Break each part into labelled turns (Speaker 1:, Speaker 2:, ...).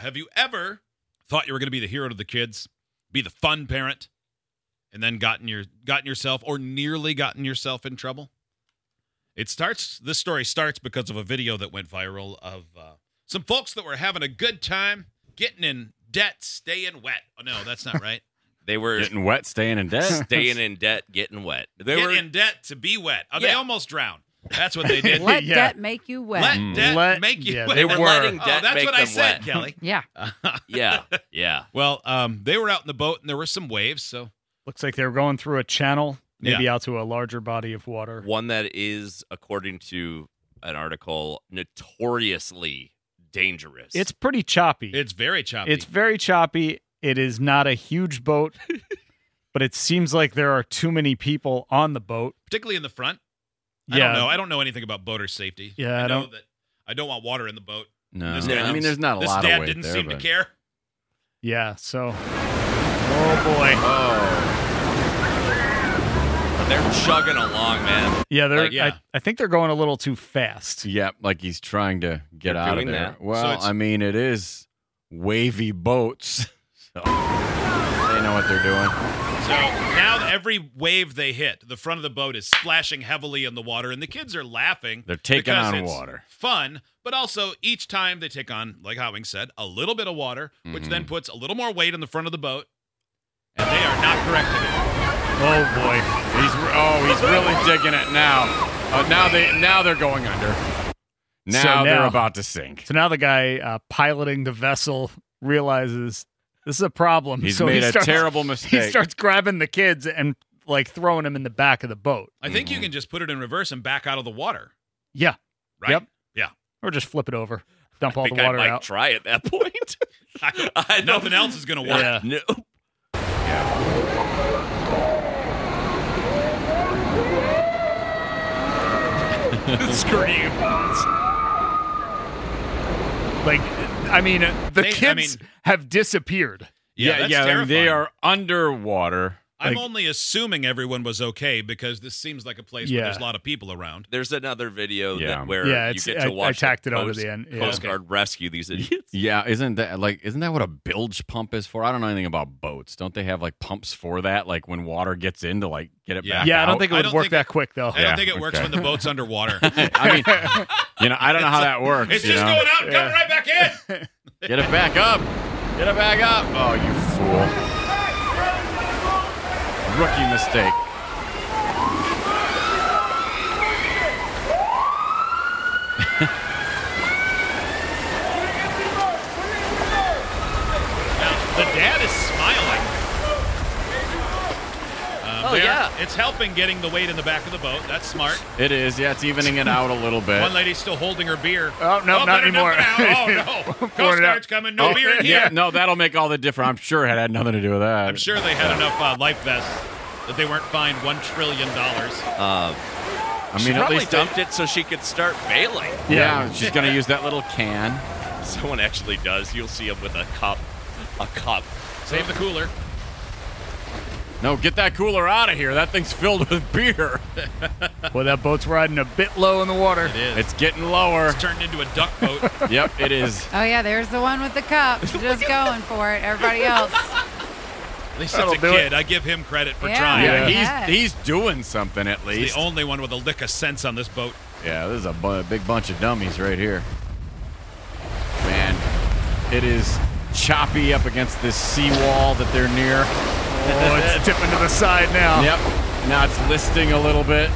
Speaker 1: Have you ever thought you were going to be the hero to the kids, be the fun parent, and then gotten your gotten yourself or nearly gotten yourself in trouble? It starts. This story starts because of a video that went viral of uh, some folks that were having a good time, getting in debt, staying wet. Oh no, that's not right.
Speaker 2: They were
Speaker 3: Getting wet, staying in debt.
Speaker 2: staying in debt, getting wet. They
Speaker 1: Get
Speaker 2: were
Speaker 1: in debt to be wet. Oh, They
Speaker 2: Yeah.
Speaker 1: almost drowned. That's what they did.
Speaker 4: Let
Speaker 5: Yeah.
Speaker 4: debt make you wet.
Speaker 1: Let debt
Speaker 2: Mm.
Speaker 5: Let-
Speaker 1: make you
Speaker 5: yeah,
Speaker 1: wet.
Speaker 5: they
Speaker 2: were
Speaker 1: Oh,
Speaker 2: letting debt
Speaker 1: that's
Speaker 2: make
Speaker 1: what
Speaker 2: them
Speaker 1: I said,
Speaker 2: wet.
Speaker 1: Kelly.
Speaker 4: yeah.
Speaker 2: yeah, yeah.
Speaker 1: Well, um, they were out in the boat and there were some waves, so
Speaker 5: Looks like they're going through a channel, maybe
Speaker 1: Yeah.
Speaker 5: out to a larger body of water.
Speaker 2: One that is, according to an article, notoriously dangerous.
Speaker 5: It's pretty choppy.
Speaker 1: it's very choppy.
Speaker 5: It's very choppy. It is not a huge boat, but it seems like there are too many people on the boat.
Speaker 1: particularly in the front. I
Speaker 5: yeah.
Speaker 1: don't know. I don't know anything about boater safety.
Speaker 5: Yeah,
Speaker 1: I
Speaker 5: I
Speaker 1: know
Speaker 5: don't-
Speaker 1: that I don't want water in the boat.
Speaker 3: No,
Speaker 1: This
Speaker 3: Uh, I
Speaker 1: dad's-
Speaker 3: mean there's not a
Speaker 1: this
Speaker 3: lot
Speaker 1: dad
Speaker 3: of weight
Speaker 1: didn't
Speaker 3: there.
Speaker 1: seem to
Speaker 3: but-
Speaker 1: care.
Speaker 5: Yeah, so Oh boy.
Speaker 2: They're chugging along, man.
Speaker 5: Yeah, they're
Speaker 1: Like, yeah.
Speaker 5: I, I think they're going a little too fast.
Speaker 3: Yep, like he's trying to get
Speaker 2: They're
Speaker 3: out of
Speaker 2: doing
Speaker 3: there.
Speaker 2: that.
Speaker 1: So
Speaker 3: Well,
Speaker 1: it's-
Speaker 3: I mean, it is wavy boats. So they know what they're doing.
Speaker 1: So now every wave they hit, the front of the boat is splashing heavily in the water, and the kids are laughing.
Speaker 3: They're taking
Speaker 1: because
Speaker 3: on
Speaker 1: it's
Speaker 3: water.
Speaker 1: Fun, but also each time they take on, like Howing said, a little bit of water, which then
Speaker 3: Mm-hmm.
Speaker 1: puts a little more weight in the front of the boat, and they are not correcting it.
Speaker 5: Oh boy.
Speaker 3: He's oh, he's really digging it now. Oh, now they now they're going under. Now,
Speaker 5: So
Speaker 3: they're
Speaker 5: now-
Speaker 3: about to sink.
Speaker 5: So now the guy uh, piloting the vessel realizes this is a problem.
Speaker 3: He's
Speaker 5: so
Speaker 3: made
Speaker 5: he
Speaker 3: a
Speaker 5: starts,
Speaker 3: terrible
Speaker 5: He
Speaker 3: mistake.
Speaker 5: starts grabbing the kids and like throwing them in the back of the boat.
Speaker 1: I think
Speaker 3: Mm-hmm.
Speaker 1: you can just put it in reverse and back out of the water,
Speaker 5: Yeah.
Speaker 1: right?
Speaker 5: Yep.
Speaker 1: Yeah.
Speaker 5: Or just flip it over. Dump all
Speaker 2: I think
Speaker 5: the water
Speaker 2: I might
Speaker 5: out.
Speaker 2: try at that point. I don't-
Speaker 1: Nothing else is going to work.
Speaker 5: Yeah.
Speaker 2: No.
Speaker 5: scream. Like, I mean, the
Speaker 1: They- I
Speaker 5: kids
Speaker 1: mean-
Speaker 5: have disappeared.
Speaker 1: Yeah, that's
Speaker 3: yeah. I mean, they
Speaker 1: terrifying.
Speaker 3: are underwater.
Speaker 1: I'm
Speaker 5: Like-
Speaker 1: only assuming everyone was okay because this seems like a place where
Speaker 5: Yeah.
Speaker 1: there's a lot of people around.
Speaker 2: There's another video
Speaker 3: Yeah.
Speaker 2: that where
Speaker 5: Yeah,
Speaker 2: you
Speaker 5: it's-
Speaker 2: get to
Speaker 5: I- I
Speaker 2: watch
Speaker 5: tacked
Speaker 2: the
Speaker 5: it over
Speaker 2: Coast-
Speaker 5: the end. Yeah.
Speaker 2: Coast
Speaker 5: Okay.
Speaker 2: Guard rescue these idiots.
Speaker 3: Yeah, isn't that like isn't that what a bilge pump is for? I don't know anything about boats. Don't they have like pumps for that? Like when water gets in to like get it
Speaker 1: Yeah.
Speaker 3: back.
Speaker 5: Yeah, I don't
Speaker 3: out?
Speaker 5: think it
Speaker 1: I
Speaker 5: would
Speaker 1: don't
Speaker 5: work
Speaker 1: think-
Speaker 5: that quick, though.
Speaker 1: I
Speaker 3: Yeah,
Speaker 1: don't think it works
Speaker 3: okay.
Speaker 1: when the boat's underwater.
Speaker 3: I mean, you know, I don't know how that works.
Speaker 1: It's
Speaker 3: you
Speaker 1: just
Speaker 3: know?
Speaker 1: going out and coming right back in.
Speaker 3: Get it back up. Get it back up. Oh, you fool. Rookie mistake.
Speaker 1: Now, the dad is smiling. Um,
Speaker 2: Oh,
Speaker 1: they are-
Speaker 2: yeah.
Speaker 1: It's helping getting the weight in the back of the boat. That's smart.
Speaker 3: It is. Yeah, it's evening it out a little bit.
Speaker 1: One lady's still holding her beer.
Speaker 5: Oh, no, not
Speaker 1: better
Speaker 5: anymore.
Speaker 1: dump it out. Oh, no.
Speaker 5: Pouring
Speaker 1: Coast
Speaker 5: it out.
Speaker 1: Guard's coming. No
Speaker 3: Oh,
Speaker 1: beer in here.
Speaker 3: yeah, no, that'll make all the difference. I'm sure it had nothing to do with that.
Speaker 1: I'm sure they had enough uh, life vests that they weren't fined $1 trillion.
Speaker 3: I
Speaker 2: she
Speaker 3: mean, at
Speaker 2: probably
Speaker 3: least
Speaker 2: dumped it so she could start bailing.
Speaker 3: yeah, she's gonna use that little can.
Speaker 2: Someone actually does. You'll see him with a cup, a cup.
Speaker 1: Save the cooler.
Speaker 3: No, get that cooler out of here. That thing's filled with beer.
Speaker 5: Well, that boat's riding a bit low in the water.
Speaker 1: It is.
Speaker 3: It's getting lower.
Speaker 1: It's turned into a duck boat.
Speaker 3: Yep, it is.
Speaker 4: Oh yeah, there's the one with the cup. Just going for it. Everybody else.
Speaker 1: At least
Speaker 5: That'll
Speaker 1: it's a
Speaker 5: do it.
Speaker 1: kid. I give him credit for
Speaker 4: Yeah.
Speaker 1: trying.
Speaker 3: Yeah,
Speaker 4: Yeah.
Speaker 3: he's he's doing something at
Speaker 1: He's
Speaker 3: least.
Speaker 1: the only one with a lick of sense on this boat.
Speaker 3: Yeah, this is a bu- big bunch of dummies right here. Man, it is choppy up against this seawall that they're near.
Speaker 5: Oh, it's tipping to the side now.
Speaker 3: Yep. Now it's listing a little bit.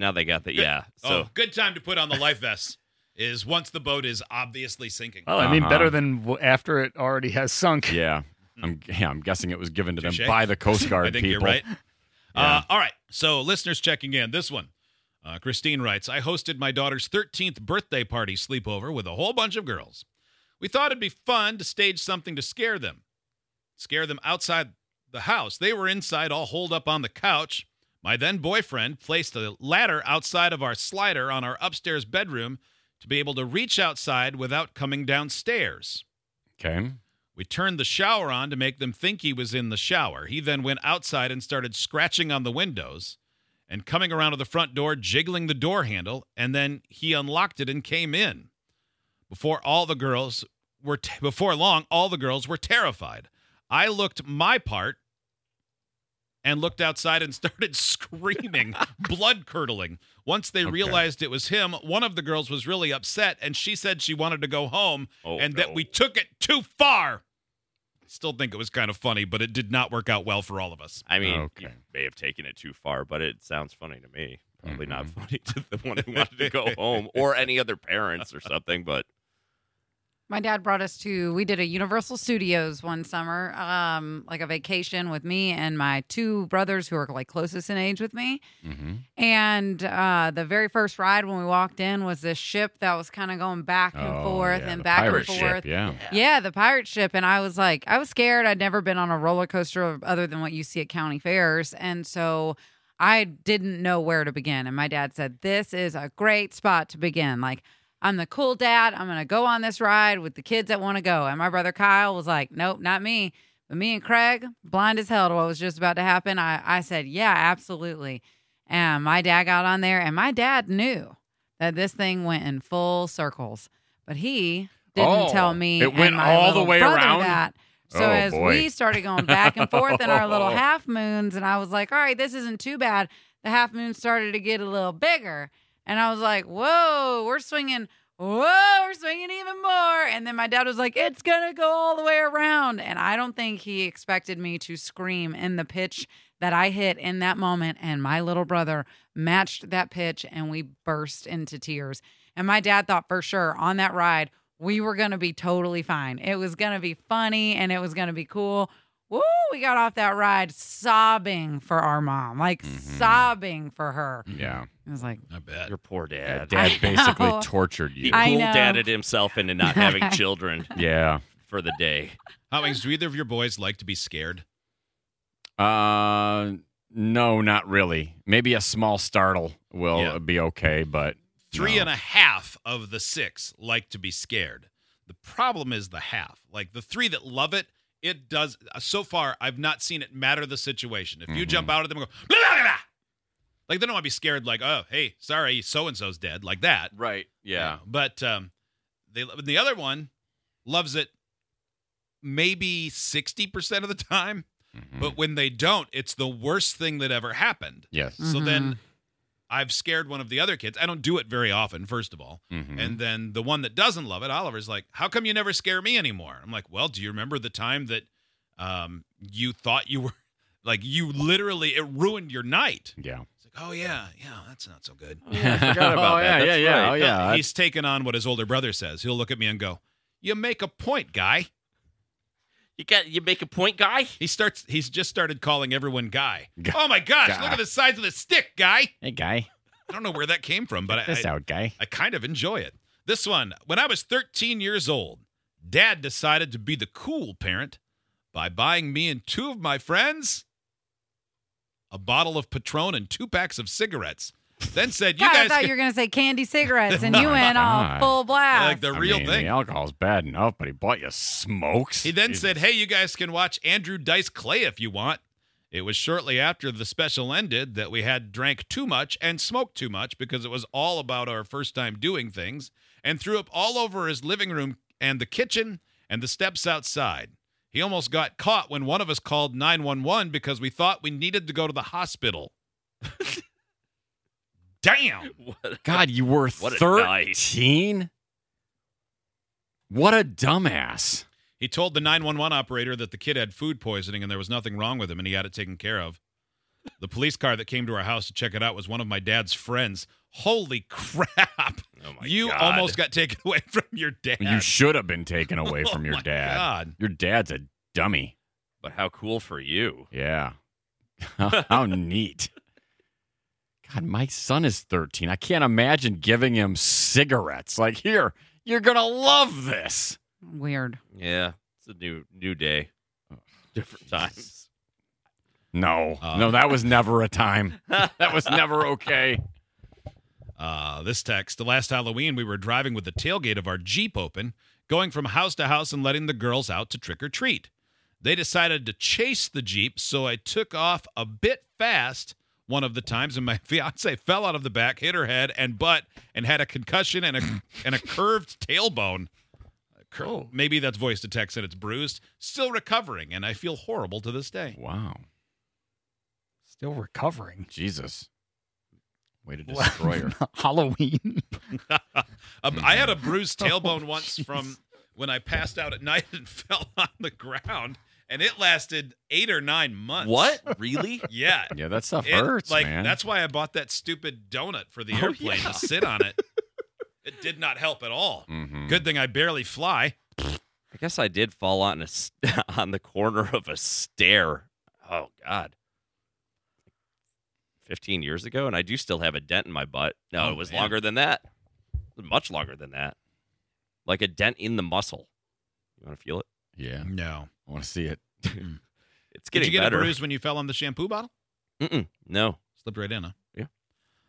Speaker 2: Now they got the
Speaker 1: Good-
Speaker 2: yeah. So
Speaker 1: oh, good time to put on the life vest is once the boat is obviously sinking.
Speaker 5: Well, I mean,
Speaker 3: Uh-huh.
Speaker 5: better than w- after it already has sunk.
Speaker 3: Yeah. I'm yeah, I'm guessing it was given to them
Speaker 1: Touche.
Speaker 3: by the Coast Guard
Speaker 1: I think
Speaker 3: people.
Speaker 1: you're right. Uh, all right. So, listeners checking in. This one. Uh, Christine writes I hosted my daughter's 13th birthday party sleepover with a whole bunch of girls. We thought it'd be fun to stage something to scare them, scare them outside the house. They were inside, all holed up on the couch. My then boyfriend placed a ladder outside of our slider on our upstairs bedroom to be able to reach outside without coming downstairs.
Speaker 3: Okay.
Speaker 1: We turned the shower on to make them think he was in the shower. He then went outside and started scratching on the windows and coming around to the front door, jiggling the door handle, and then he unlocked it and came in. Before all the girls were t- before long, all the girls were terrified. I looked my part and looked outside and started screaming, blood curdling. Once they
Speaker 3: Okay.
Speaker 1: realized it was him, one of the girls was really upset and she said she wanted to go home
Speaker 2: Oh,
Speaker 1: and that
Speaker 2: no.
Speaker 1: we took it too far. Still think it was kind of funny, but it did not work out well for all of us.
Speaker 2: I mean, you
Speaker 3: Okay.
Speaker 2: may have taken it too far, but it sounds funny to me. Probably not funny to the one who wanted to go home or any other parents or something. But
Speaker 4: My dad brought us to we did a Universal Studios one summer, um, like a vacation with me and my two brothers who are like closest in age with me.
Speaker 3: Mm-hmm.
Speaker 4: And uh, the very first ride when we walked in was this ship that was kind of going back and
Speaker 3: Oh,
Speaker 4: forth and back and forth.
Speaker 3: yeah.
Speaker 4: Yeah, the pirate ship. And I was like, I was scared. I'd never been on a roller coaster other than what you see at county fairs. And so I didn't know where to begin. And my dad said, This is a great spot to begin. Like, I'm the cool dad. I'm going to go on this ride with the kids that want to go. And my brother Kyle was like, Nope, not me. But me and Craig, blind as hell to what was just about to happen, I, I said, Yeah, absolutely. And my dad got on there, and my dad knew that this thing went in full circles, but he didn't
Speaker 3: Oh,
Speaker 4: tell me.
Speaker 3: it
Speaker 4: and
Speaker 3: went
Speaker 4: my
Speaker 3: all the
Speaker 4: little
Speaker 3: way
Speaker 4: brother
Speaker 3: around?
Speaker 4: That. So
Speaker 3: Oh,
Speaker 4: as
Speaker 3: boy.
Speaker 4: we started going back and forth in our little half moons, and I was like, "All right, this isn't too bad." The half moon started to get a little bigger, and I was like, "Whoa, we're swinging." Whoa, we're swinging even more. And then my dad was like, it's going to go all the way around. And I don't think he expected me to scream in the pitch that I hit in that moment. And my little brother matched that pitch and we burst into tears. And my dad thought for sure on that ride, we were going to be totally fine. It was going to be funny and it was going to be cool. Woo, we got off that ride sobbing for our mom, like
Speaker 1: Mm-hmm.
Speaker 4: sobbing for her.
Speaker 3: Yeah.
Speaker 4: I was like,
Speaker 1: I bet.
Speaker 2: your poor
Speaker 3: Yeah,
Speaker 2: dad.
Speaker 3: Dad
Speaker 4: I
Speaker 3: basically
Speaker 4: know.
Speaker 3: tortured
Speaker 2: He
Speaker 3: you.
Speaker 4: I
Speaker 2: cool
Speaker 4: know.
Speaker 2: dadded himself into not having children
Speaker 3: yeah.
Speaker 2: for the day.
Speaker 1: Howings, do either of your boys like to be scared?
Speaker 3: Uh no, not really. Maybe a small startle will
Speaker 1: Yeah.
Speaker 3: be okay, but
Speaker 1: Three
Speaker 3: No.
Speaker 1: and a half of the six like to be scared. The problem is the half. Like the three that love it, it does. uh, So far, I've not seen it matter the situation. If you
Speaker 3: Mm-hmm.
Speaker 1: jump out at them and go, blah, blah, blah, blah," like they don't want to be scared, like, oh, hey, sorry, so and so's dead, like that.
Speaker 3: Right. Yeah.
Speaker 1: But um, they, the other one loves it maybe 60% of the time.
Speaker 3: Mhm.
Speaker 1: But when they don't, it's the worst thing that ever happened.
Speaker 3: yes.
Speaker 1: So
Speaker 3: Mm-hmm.
Speaker 1: then I've scared one of the other kids. I don't do it very often, first of all.
Speaker 3: Mhm.
Speaker 1: And then the one that doesn't love it, Oliver's like, How come you never scare me anymore? I'm like, Well, do you remember the time that um, you thought you were like, you literally, it ruined your night?
Speaker 3: yeah.
Speaker 1: It's like, Oh, yeah, yeah, that's not so good.
Speaker 3: forgot
Speaker 2: about
Speaker 3: oh,
Speaker 2: that.
Speaker 3: Yeah,
Speaker 2: That's
Speaker 3: yeah, yeah.
Speaker 2: right.
Speaker 3: Oh
Speaker 1: No,
Speaker 3: yeah. I-
Speaker 1: he's taken on what his older brother says. He'll look at me and go, You make a point, guy.
Speaker 2: You got you make a point, guy.
Speaker 1: He starts, he's just started calling everyone guy.
Speaker 3: Guy.
Speaker 1: Oh my gosh,
Speaker 3: Guy.
Speaker 1: look at the size of the stick, guy.
Speaker 3: hey guy.
Speaker 1: I don't know where that came from, but I,
Speaker 3: This
Speaker 1: I,
Speaker 3: out guy.
Speaker 1: I kind of enjoy it. This one, when I was 13 years old, dad decided to be the cool parent by buying me and two of my friends a bottle of Patron and two packs of cigarettes. Then said, You
Speaker 4: God, I
Speaker 1: guys
Speaker 4: thought
Speaker 1: can-
Speaker 4: you were going to say candy cigarettes and you
Speaker 3: my
Speaker 4: went
Speaker 3: God.
Speaker 4: all full blast.
Speaker 1: like the
Speaker 3: I
Speaker 1: real
Speaker 3: mean,
Speaker 1: thing.
Speaker 3: The alcohol's bad enough, but he bought you smokes.
Speaker 1: He then
Speaker 3: Jesus.
Speaker 1: said, Hey, you guys can watch Andrew Dice Clay if you want. It was shortly after the special ended that we had drank too much and smoked too much because it was all about our first time doing things and threw up all over his living room and the kitchen and the steps outside. He almost got caught when one of us called 911 because we thought we needed to go to the hospital. Damn.
Speaker 2: What?
Speaker 3: God, you were
Speaker 2: What a night.
Speaker 3: thirteen. What a dumbass!
Speaker 1: He told the 911 operator that the kid had food poisoning and there was nothing wrong with him and he had it taken care of. The police car that came to our house to check it out was one of my dad's friends. Holy crap.
Speaker 2: Oh my
Speaker 1: you
Speaker 2: God.
Speaker 1: almost got taken away from your dad.
Speaker 3: You should have been taken away
Speaker 1: Oh
Speaker 3: from your
Speaker 1: my
Speaker 3: dad.
Speaker 1: God.
Speaker 3: Your dad's a dummy.
Speaker 2: But how cool for you?
Speaker 3: Yeah. How neat. God, my son is 13. I can't imagine giving him cigarettes. Like, here, you're going to love this.
Speaker 4: Weird.
Speaker 2: Yeah, it's a new new day, different times.
Speaker 3: No,
Speaker 1: Uh.
Speaker 3: no, that was never a time. That was never okay.
Speaker 1: Uh, this text. The last Halloween, we were driving with the tailgate of our Jeep open, going from house to house and letting the girls out to trick or treat. They decided to chase the Jeep, so I took off a bit fast one of the times, and my fiance fell out of the back, hit her head and butt, and had a concussion and a, and a curved tailbone. Cur- Maybe that's voice to text and it's bruised. Still recovering, and I feel horrible to this day.
Speaker 3: Wow.
Speaker 5: Still recovering.
Speaker 3: Jesus. Way to destroy her.
Speaker 5: Halloween.
Speaker 1: Um, I had a bruised tailbone once from when I passed out at night and fell on the ground, and it lasted eight or nine months.
Speaker 2: What? Really?
Speaker 1: Yeah.
Speaker 3: Yeah, that stuff
Speaker 1: It-
Speaker 3: hurts,
Speaker 1: like
Speaker 3: man.
Speaker 1: that's why I bought that stupid donut for the airplane to sit on it. It did not help at all.
Speaker 3: Mhm.
Speaker 1: Good thing I barely fly.
Speaker 2: I guess I did fall on a s- on the corner of a stair. Oh God. 15 years ago and I do still have a dent in my butt. No,
Speaker 1: Oh,
Speaker 2: it was
Speaker 1: man.
Speaker 2: longer than that. Much longer than that. Like a dent in the muscle. You want to feel it?
Speaker 3: Yeah,
Speaker 1: No.
Speaker 3: I want to see it.
Speaker 2: It's
Speaker 1: Did
Speaker 2: getting
Speaker 1: you get
Speaker 2: better.
Speaker 1: a bruise when you fell on the shampoo bottle?
Speaker 2: Mm-mm. No.
Speaker 1: Slipped right in, huh?
Speaker 2: Yeah.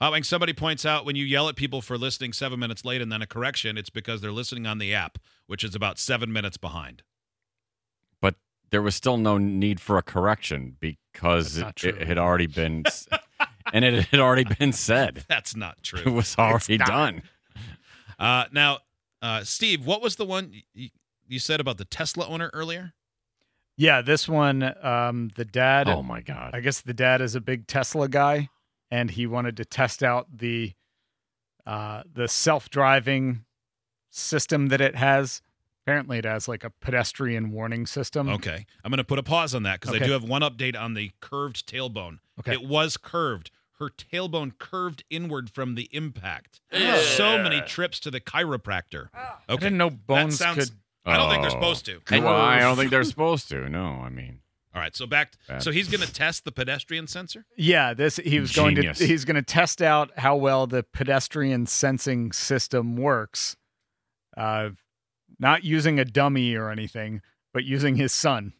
Speaker 1: Oh, and somebody points out when you yell at people for listening seven minutes late and then a correction, it's because they're listening on the app, which is about seven minutes behind.
Speaker 3: But there was still no need for a correction because it,
Speaker 5: That's not
Speaker 3: it
Speaker 5: true.
Speaker 3: had already been, s- and it had already been said.
Speaker 1: That's not true.
Speaker 3: It was already
Speaker 5: not.
Speaker 3: done.
Speaker 1: Uh, now, uh, Steve, what was the one y- y- you said about the Tesla owner earlier?
Speaker 5: yeah, this one, um, the dad,
Speaker 3: Oh my god.
Speaker 5: I guess the dad is a big Tesla guy and he wanted to test out the uh, the self-driving system that it has. Apparently it has like a pedestrian warning system.
Speaker 1: Okay, I'm going to put a pause on that because I
Speaker 5: Um, Okay.
Speaker 1: do have one update on the curved tailbone.
Speaker 5: Okay.
Speaker 1: It was curved. Her tailbone curved inward from the impact. So many trips to the chiropractor.
Speaker 5: I didn't know bones
Speaker 1: sounds-
Speaker 5: could
Speaker 1: I don't think they're
Speaker 3: Oh.
Speaker 1: supposed to.
Speaker 3: Well, I don't think they're supposed to. No, I mean,
Speaker 1: All right, so back.
Speaker 3: Bad.
Speaker 1: So he's going to test the pedestrian sensor.
Speaker 5: Yeah, this he was
Speaker 3: Genius.
Speaker 5: going to he's going to test out how well the pedestrian sensing system works. Uh not using a dummy or anything, but using his son.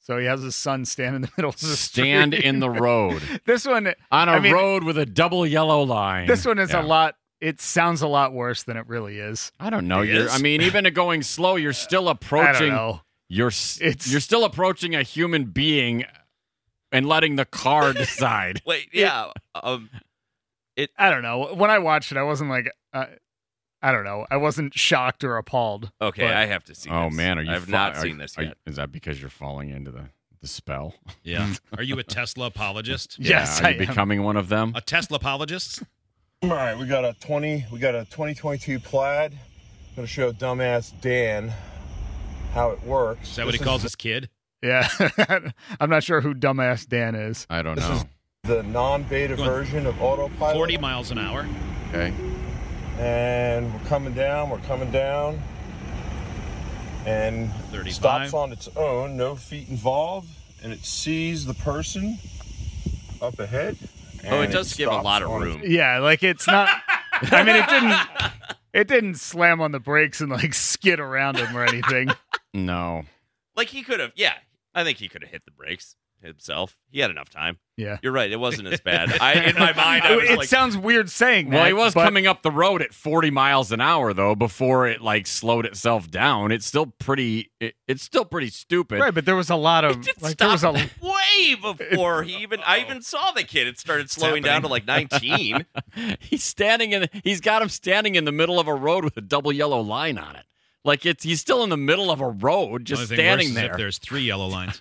Speaker 5: So he has his son stand in the middle of the
Speaker 3: stand
Speaker 5: street.
Speaker 3: in the road
Speaker 5: This one
Speaker 3: on a
Speaker 5: I mean-
Speaker 3: road with a double yellow line.
Speaker 5: this one is
Speaker 3: Yeah.
Speaker 5: a lot it sounds a lot worse than it really is.
Speaker 3: I don't know.
Speaker 1: It
Speaker 3: You're,
Speaker 1: is?
Speaker 3: I mean, even going slow, you're still
Speaker 5: I
Speaker 3: approaching.
Speaker 5: don't know.
Speaker 3: You're s-
Speaker 5: It's-
Speaker 3: you're still approaching a human being, and letting the car decide.
Speaker 2: Wait, yeah. Um
Speaker 5: I don't know. When I watched it, I wasn't like uh, I don't know. I wasn't shocked or appalled.
Speaker 2: okay,
Speaker 5: But-
Speaker 2: I have to see
Speaker 3: oh
Speaker 2: this.
Speaker 3: man, are you?
Speaker 2: I've
Speaker 3: fa-
Speaker 2: not
Speaker 3: are-
Speaker 2: seen this
Speaker 3: are-
Speaker 2: yet.
Speaker 3: Is that because you're falling into the the spell?
Speaker 1: Yeah. Mm. Are you a Tesla apologist?
Speaker 5: yes,
Speaker 3: yeah,
Speaker 5: I
Speaker 3: are you
Speaker 5: am.
Speaker 3: becoming one of them.
Speaker 1: A Tesla apologist?
Speaker 6: All right, we got a 20, we got a 2022 plaid. I'm gonna show dumbass Dan how it works.
Speaker 1: Is that what he calls his kid?
Speaker 5: Yeah. I'm not sure who dumbass Dan is.
Speaker 3: I don't
Speaker 6: This
Speaker 3: know.
Speaker 6: is- The non-beta
Speaker 1: Going
Speaker 6: version of autopilot.
Speaker 1: 40 miles an hour.
Speaker 3: Okay.
Speaker 6: And we're coming down, we're coming down. And
Speaker 1: 35.
Speaker 6: stops on its own, no feet involved, and it sees the person up ahead.
Speaker 2: Oh, it
Speaker 6: and
Speaker 2: does give a
Speaker 6: stops
Speaker 2: lot of
Speaker 6: on its
Speaker 2: room.
Speaker 5: Yeah, like it's not. I mean, it didn't. It didn't slam on the brakes and like skid around him or anything.
Speaker 3: No.
Speaker 2: Like he could have, yeah. I think he could have hit the brakes himself. He had enough time.
Speaker 5: Yeah.
Speaker 2: You're right. It wasn't as bad. I in my mind, I was
Speaker 5: It
Speaker 2: like,
Speaker 5: sounds weird saying that.
Speaker 3: Well, he was
Speaker 5: but
Speaker 3: coming up the road at 40 miles an hour though before it like slowed itself down. It's still pretty it, it's still pretty stupid.
Speaker 5: Right, but there was a lot of
Speaker 2: It
Speaker 5: like there was a.
Speaker 2: stopped way before he even I even saw the kid. It started slowing down to like 19.
Speaker 3: He's standing in he's got him standing in the middle of a road with a double yellow line on it. Like it's he's still in the middle of a road just
Speaker 1: Only thing worse
Speaker 3: standing
Speaker 1: is If
Speaker 3: there.
Speaker 1: there's three yellow lines.